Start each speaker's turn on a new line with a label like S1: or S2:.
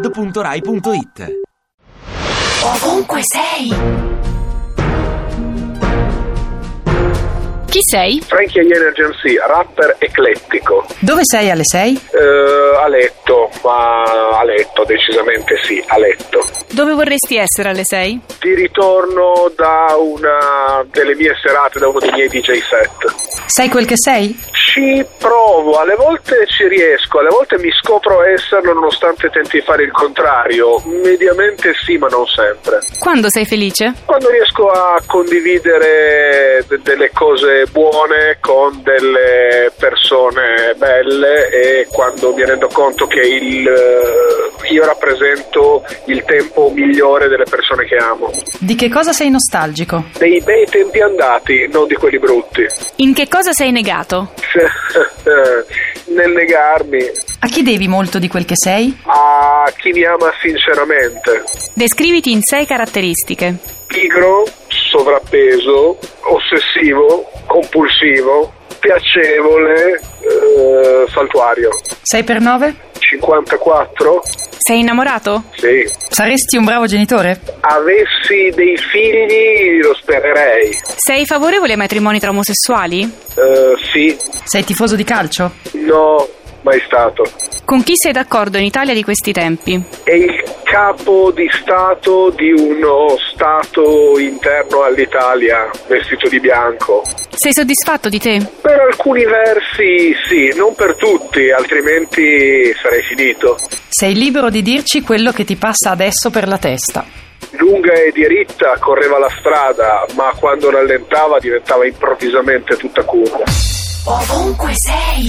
S1: radio2pod.rai.it
S2: Ovunque sei!
S3: Chi sei?
S4: Frankie Energy MC, rapper eclettico.
S5: Dove sei alle 6?
S4: Eh, a letto, ma a letto, decisamente sì, a letto.
S3: Dove vorresti essere alle 6?
S4: Ti ritorno da una delle mie serate, da uno dei miei DJ set.
S5: Sei quel che sei?
S4: Ci provo, alle volte ci riesco, alle volte mi scopro esserlo nonostante tenti di fare il contrario. Mediamente sì, ma non sempre.
S3: Quando sei felice?
S4: Quando riesco a condividere de- delle cose buone con delle persone belle e quando mi rendo conto che il, eh, io rappresento il tempo migliore delle persone che amo.
S5: Di che cosa sei nostalgico?
S4: Dei bei tempi andati, non di quelli brutti.
S3: In che cosa sei negato?
S4: Nel negarmi
S5: A chi devi molto di quel che sei?
S4: a chi mi ama sinceramente.
S3: Descriviti in sei caratteristiche.
S4: pigro, sovrappeso, ossessivo, compulsivo, piacevole, eh, saltuario.
S5: 6 per 9?
S4: 54?
S3: Sei innamorato?
S4: Sì.
S5: Saresti un bravo genitore?
S4: Avessi dei figli lo spererei.
S3: Sei favorevole ai matrimoni tra omosessuali?
S4: Eh, sì,
S5: Sei tifoso di calcio?
S4: no, mai stato.
S3: Con chi sei d'accordo in Italia di questi tempi?
S4: È il capo di Stato di uno Stato interno all'Italia, vestito di bianco.
S3: Sei soddisfatto di te?
S4: Per alcuni versi sì, non per tutti, altrimenti sarei finito.
S5: Sei libero di dirci quello che ti passa adesso per la testa.
S4: Lunga e diritta correva la strada, ma quando rallentava diventava improvvisamente tutta curva.
S2: Ovunque sei!